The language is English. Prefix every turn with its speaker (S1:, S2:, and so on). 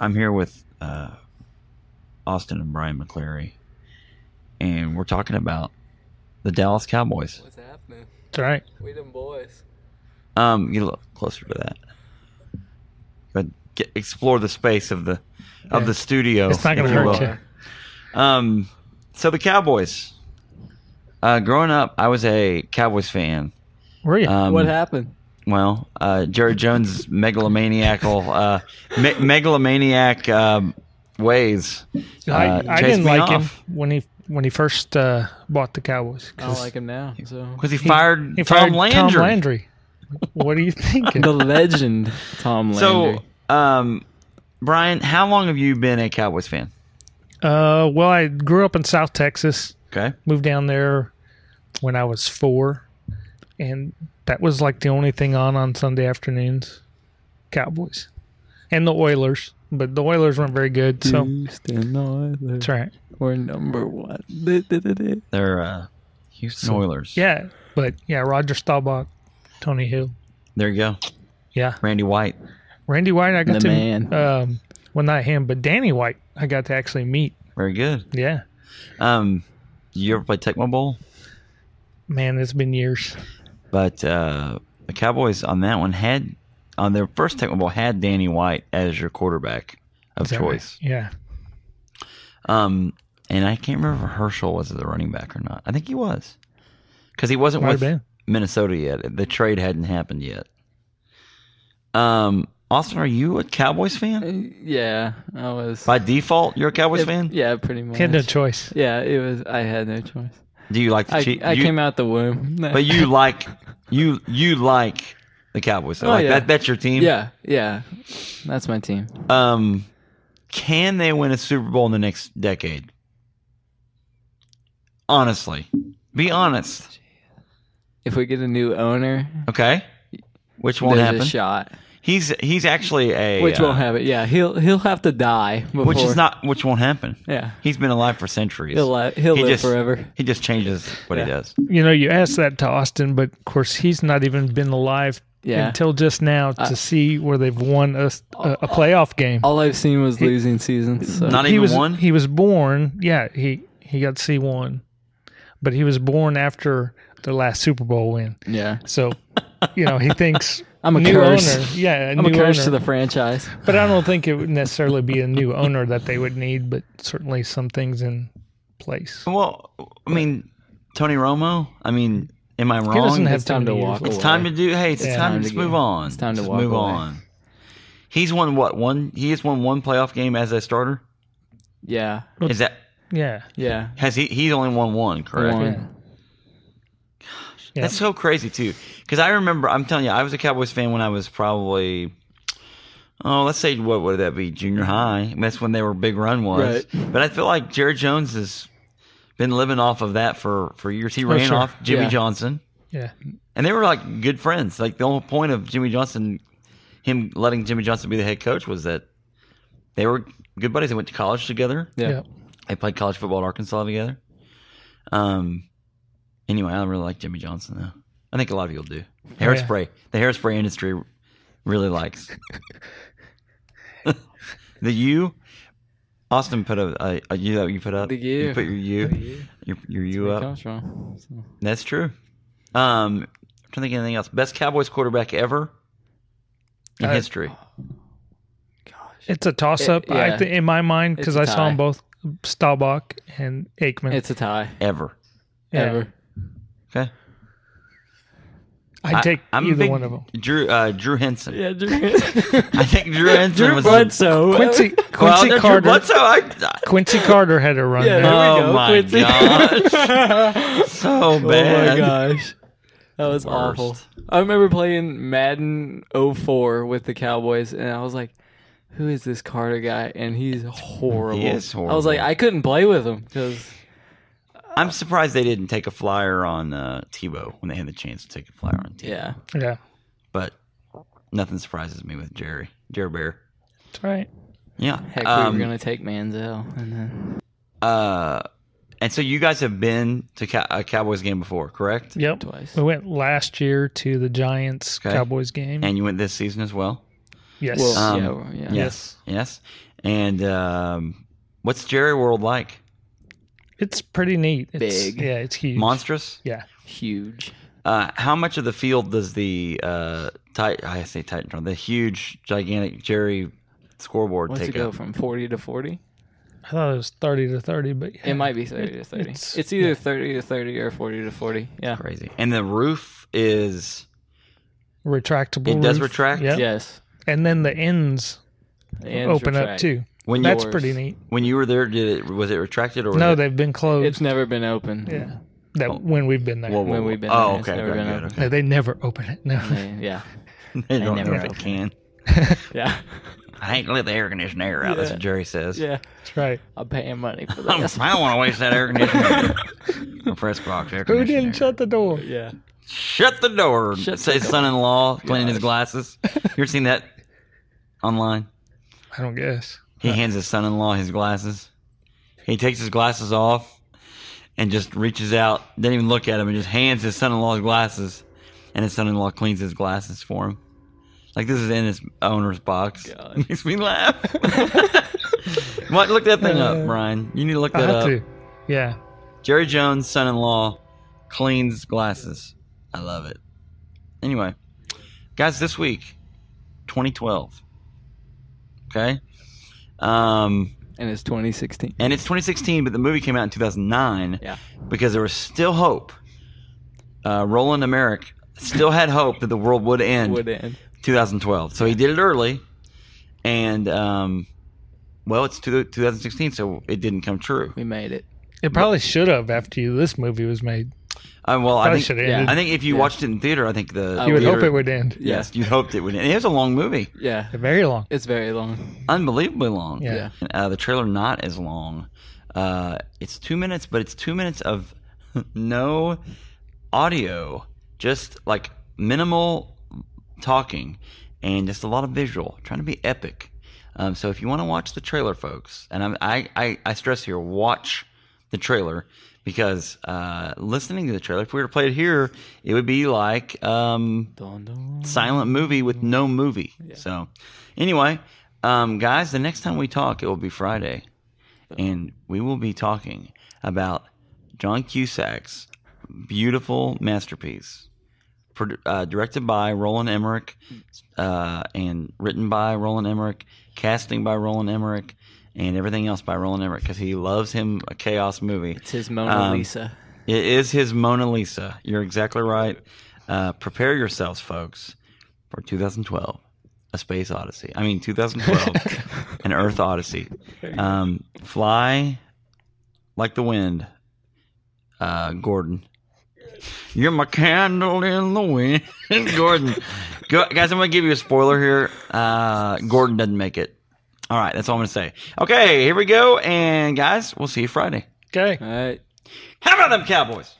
S1: I'm here with uh, Austin and Brian McCleary, and we're talking about the Dallas Cowboys.
S2: What's happening?
S3: It's all right.
S2: We them boys.
S1: Um, get a little closer to that. But get, explore the space of the of
S3: Yeah.
S1: the studio.
S3: It's not going
S1: if you
S3: to hurt
S1: will.
S3: you.
S1: Um, so the Cowboys. Uh, growing up, I was a Cowboys fan.
S3: Were you?
S1: Um,
S2: what happened?
S1: Well, uh, Jerry Jones' megalomaniacal, uh, me- megalomaniac um, ways.
S3: I,
S1: uh,
S3: I
S1: chased
S3: didn't
S1: me
S3: like
S1: off.
S3: him when he when he first uh, bought the Cowboys.
S2: I don't like him now. So
S1: because he, fired,
S3: He
S1: Tom,
S3: fired
S1: Landry.
S3: Tom Landry. what are you thinking?
S2: the legend Tom Landry.
S1: So, um, Brian, how long have you been a Cowboys fan?
S3: Uh, well, I grew up in South Texas.
S1: Okay,
S3: Moved down there when I was four, and that was like the only thing on on Sunday afternoons. Cowboys and the Oilers, but the Oilers weren't very good. So
S1: Mm-hmm.
S2: Houston Oilers
S3: that's all right.
S2: were number one.
S1: they're uh, Houston Oilers.
S3: Yeah, but yeah, Roger Staubach, Tony Hill.
S1: there you go.
S3: Yeah,
S1: Randy White.
S3: Randy White. I got
S2: The
S3: to
S2: man.
S3: Um, well, not him, but Danny White. I got to actually meet.
S1: Very good.
S3: Yeah,
S1: Um, you ever play Tecmo Bowl?
S3: man, it's been years.
S1: But uh, the Cowboys on that one had on their first Tecmo Bowl had Danny White as your quarterback of
S3: Is that
S1: choice.
S3: right? Yeah,
S1: Um, and I can't remember if Herschel was the running back or not. I think he was because he wasn't
S3: might have
S1: with
S3: been.
S1: Minnesota yet. The trade hadn't happened yet. Um, Austin, are you a Cowboys fan?
S2: Yeah, I was.
S1: By default, you're a Cowboys
S2: Yeah,
S1: fan.
S2: Yeah, pretty much.
S3: He had no choice.
S2: yeah, it was. I had no choice.
S1: Do you like the
S2: I,
S1: Chiefs?
S2: I
S1: you,
S2: came out the womb.
S1: but you like you you like the Cowboys. So
S2: Oh,
S1: like
S2: yeah.
S1: that, that's your team.
S2: Yeah, yeah. That's my team.
S1: Um, can they win a Super Bowl in the next decade? Honestly, be honest.
S2: If we get a new owner,
S1: Okay, which won't
S2: there's
S1: happen.
S2: a shot.
S1: He's he's actually a
S2: Which
S1: uh,
S2: won't have it. Yeah, he'll he'll have to die. Before,
S1: Which is not which won't happen.
S2: Yeah,
S1: He's been alive for centuries.
S2: he'll li- he'll
S1: He
S2: live
S1: just-
S2: forever.
S1: He just changes what he
S2: Yeah.
S1: does.
S3: You know, you asked that to Austin, but of course, he's not even been alive
S2: Yeah.
S3: until just now to see where they've won a, a, a playoff game.
S2: All I've seen was losing seasons. So.
S1: Not
S3: he
S1: even
S3: was
S1: one.
S3: he was born. Yeah, he he got C one, but he was born after their last Super Bowl win.
S2: yeah,
S3: So, you know, he thinks
S2: I'm a
S3: new
S2: curse.
S3: owner. Yeah, a
S2: I'm
S3: new
S2: a curse
S3: owner.
S2: to the franchise.
S3: But I don't think it would necessarily be a new owner that they would need, but certainly some things in place.
S1: well, I mean, Tony Romo. I mean, am I wrong?
S3: He doesn't have
S2: It's time
S3: too
S2: to
S3: many
S2: walk
S3: years.
S1: It's time to
S2: away.
S1: do. Hey, it's
S3: Yeah.
S1: time
S2: Time
S1: to
S2: to
S1: just
S2: get-
S1: move on.
S2: it's time to
S1: Just
S2: walk
S1: move
S2: away.
S1: on. He's won what one? He has won one playoff game as a starter.
S2: Yeah,
S1: Is that
S3: Yeah,
S2: yeah.
S1: has he? He's only won one, correct?
S2: One.
S3: Yeah. Yeah.
S1: That's so crazy too, because I remember. I'm telling you, I was a Cowboys fan when I was probably, oh, let's say what would that be, junior high? That's when they were big run was. But I feel like Jerry Jones has been living off of that for for years. He ran
S3: Oh, sure.
S1: off Jimmy
S2: Yeah.
S1: Johnson,
S3: yeah.
S1: and they were like good friends. Like the whole point of Jimmy Johnson, him letting Jimmy Johnson be the head coach was that they were good buddies. They went to college together.
S2: Yeah.
S3: Yeah.
S1: They played college football at Arkansas together. Um. Anyway, I really like Jimmy Johnson though. I think a lot of people do.
S3: yeah.
S1: Hairspray. The hairspray industry really likes the U. Austin put a, a, a U that you put up.
S2: The U.
S1: You put your
S2: The
S1: U.
S2: U.
S1: Your, your U
S2: Where it
S1: up.
S2: comes from. So,
S1: That's true. Um, I'm trying to think of anything else. Best Cowboys quarterback ever in
S3: Uh,
S1: history.
S2: gosh,
S3: It's a toss up.
S2: It-
S3: I
S2: yeah.
S3: th- in my mind
S2: It's
S3: because
S2: a
S3: I saw
S2: tie.
S3: them both, Staubach and Aikman.
S2: it's a tie.
S1: Ever.
S3: Yeah.
S2: Ever.
S1: Okay.
S3: I'd take
S1: I'm a
S3: either
S1: big
S3: one of them.
S1: Drew uh, Drew Henson.
S2: Yeah, Drew.
S1: I think Drew Henson
S2: Drew
S1: was the-
S2: Bledsoe.
S3: Quincy
S1: Well,
S3: Quincy
S1: no, Drew
S3: Carter.
S1: Bledsoe, I-
S3: Quincy Carter had a run
S2: Yeah,
S3: there.
S2: there we
S1: Oh
S2: go.
S1: my
S2: Quincy.
S1: gosh. so
S2: Oh my
S1: bad.
S2: gosh. That was awful.
S1: Worst.
S2: I remember playing Madden 04 with the Cowboys, and I was like, who is this Carter guy? And he's horrible.
S1: He is
S2: I was like,
S1: horrible.
S2: I couldn't play with him because
S1: I'm surprised they didn't take a flyer on uh, Tebow when they had the chance to take a flyer on Tebow.
S2: yeah,
S3: Yeah,
S1: But nothing surprises me with Jerry, Jerry Bear.
S3: that's right.
S1: Yeah.
S2: heck,
S1: Um,
S2: we were gonna take Manziel, and then
S1: uh, and so you guys have been to Cow- a Cowboys game before, correct?
S3: Yep.
S2: Twice.
S3: We went last year to the Giants
S1: Okay.
S3: Cowboys game.
S1: And you went this season as well?
S3: yes.
S2: well, uh,
S1: Um,
S2: yeah, well, yeah,
S1: Yes. Yes. And um, what's Jerry World like?
S3: It's pretty neat. It's,
S2: Big.
S3: Yeah, it's huge.
S1: Monstrous.
S3: yeah.
S2: Huge.
S1: Uh, how much of the field does the uh, tit- I say Titantron, the huge, gigantic Jerry scoreboard
S2: What's it
S1: take
S2: go
S1: up?
S2: from forty to forty?
S3: I thought it was 30 to 30, but yeah.
S2: It might be thirty to thirty.
S3: it's-
S2: It's, either thirty to thirty or forty to forty. Yeah.
S1: Crazy. And the roof is
S3: retractable.
S1: It does
S3: roof.
S1: retract?
S3: Yeah.
S2: Yes.
S3: And then the ends,
S2: And
S3: open up
S2: retract.
S3: too.
S1: when you
S3: That's
S2: Yours.
S3: pretty neat.
S1: when you were there. Did it was it retracted or was
S3: No,
S1: It, Oh.
S3: they've been closed.
S2: It's never been open.
S3: yeah. That when we've been there.
S1: Whoa, whoa,
S2: when
S1: whoa.
S2: we've been
S1: oh,
S2: there, it's
S1: okay,
S2: never
S1: good,
S2: been
S1: good,
S2: open.
S1: okay.
S3: No, they never open it. No.
S2: Yeah. Yeah.
S1: They don't
S2: never
S1: know if they
S2: open.
S1: can.
S2: Yeah.
S1: I ain't let the air conditioning air out. That's
S2: Yeah.
S1: what Jerry says.
S2: yeah.
S3: That's right.
S2: I'm paying money for
S1: I'm-
S2: this.
S1: I don't want to waste that air conditioning. or press box air
S3: Who
S1: conditioning.
S3: didn't shut the door?
S2: yeah.
S1: Shut the door.
S2: Shut
S1: Say
S2: the door.
S1: son-in-law cleaning his glasses. You ever seen that online?
S3: I don't guess.
S1: He hands his son-in-law his glasses. He takes his glasses off and just reaches out, doesn't even look at him, and just hands his son-in-law his glasses. And his son-in-law cleans his glasses for him. Like this is in his owner's box.
S2: God.
S1: Makes me laugh. what? Look that thing
S3: Uh,
S1: up, Brian. You need to look
S3: I
S1: that
S3: have
S1: up.
S3: to. Yeah.
S1: Jerry Jones' son-in-law cleans glasses. I love it. Anyway, guys, this week, 2012. Okay. Um,
S2: And it's 2016.
S1: and it's 2016, but the movie came out in 2009
S2: Yeah.
S1: because there was still hope. Uh, Roland Emmerich still had hope that the world would end
S2: Would end.
S1: 2012. So he did it early, and um, well, it's two- 2016, so it didn't come true.
S2: We made it.
S3: It probably should have after you, this movie was made.
S1: Uh, well, I
S3: Probably
S1: think
S3: should have
S2: yeah,
S3: ended.
S1: I think if you
S2: Yeah.
S1: watched it in theater, I think the
S2: I
S3: you would
S1: theater-
S3: hope it would end.
S2: Yeah.
S1: Yes, you hoped it would. And it was a long movie,
S2: Yeah.
S3: Very long.
S2: It's very long.
S1: unbelievably long.
S3: Yeah.
S2: Yeah.
S1: Uh, the trailer not as long. Uh, it's two minutes, but it's two minutes of no audio, just like minimal talking, and just a lot of visual, trying to be epic. Um, so if you want to watch the trailer, folks, and I'm, I, I I stress here, watch the trailer because uh, listening to the trailer, if we were to play it here, it would be like um,
S2: Dun, dun.
S1: silent movie with no movie. So, anyway, um, guys, the next time we talk, it will be Friday, and we will be talking about John Cusack's beautiful masterpiece, produ- uh, directed by Roland Emmerich, uh, and written by Roland Emmerich, casting by Roland Emmerich, and everything else by Roland Emmerich because he loves him a chaos movie.
S2: It's his Mona
S1: Um,
S2: Lisa.
S1: It is his Mona Lisa. You're exactly right. Uh, prepare yourselves, folks, for 2012, A Space Odyssey. I mean, 2012, an Earth Odyssey. Um, fly like the wind, uh, Gordon. You're my candle in the wind, Gordon. Go, guys, I'm going to give you a spoiler here. Uh, Gordon doesn't make it. All right, that's all I'm going to say. Okay, here we go. And guys, we'll see you Friday.
S3: Okay.
S2: All right.
S1: How about them Cowboys?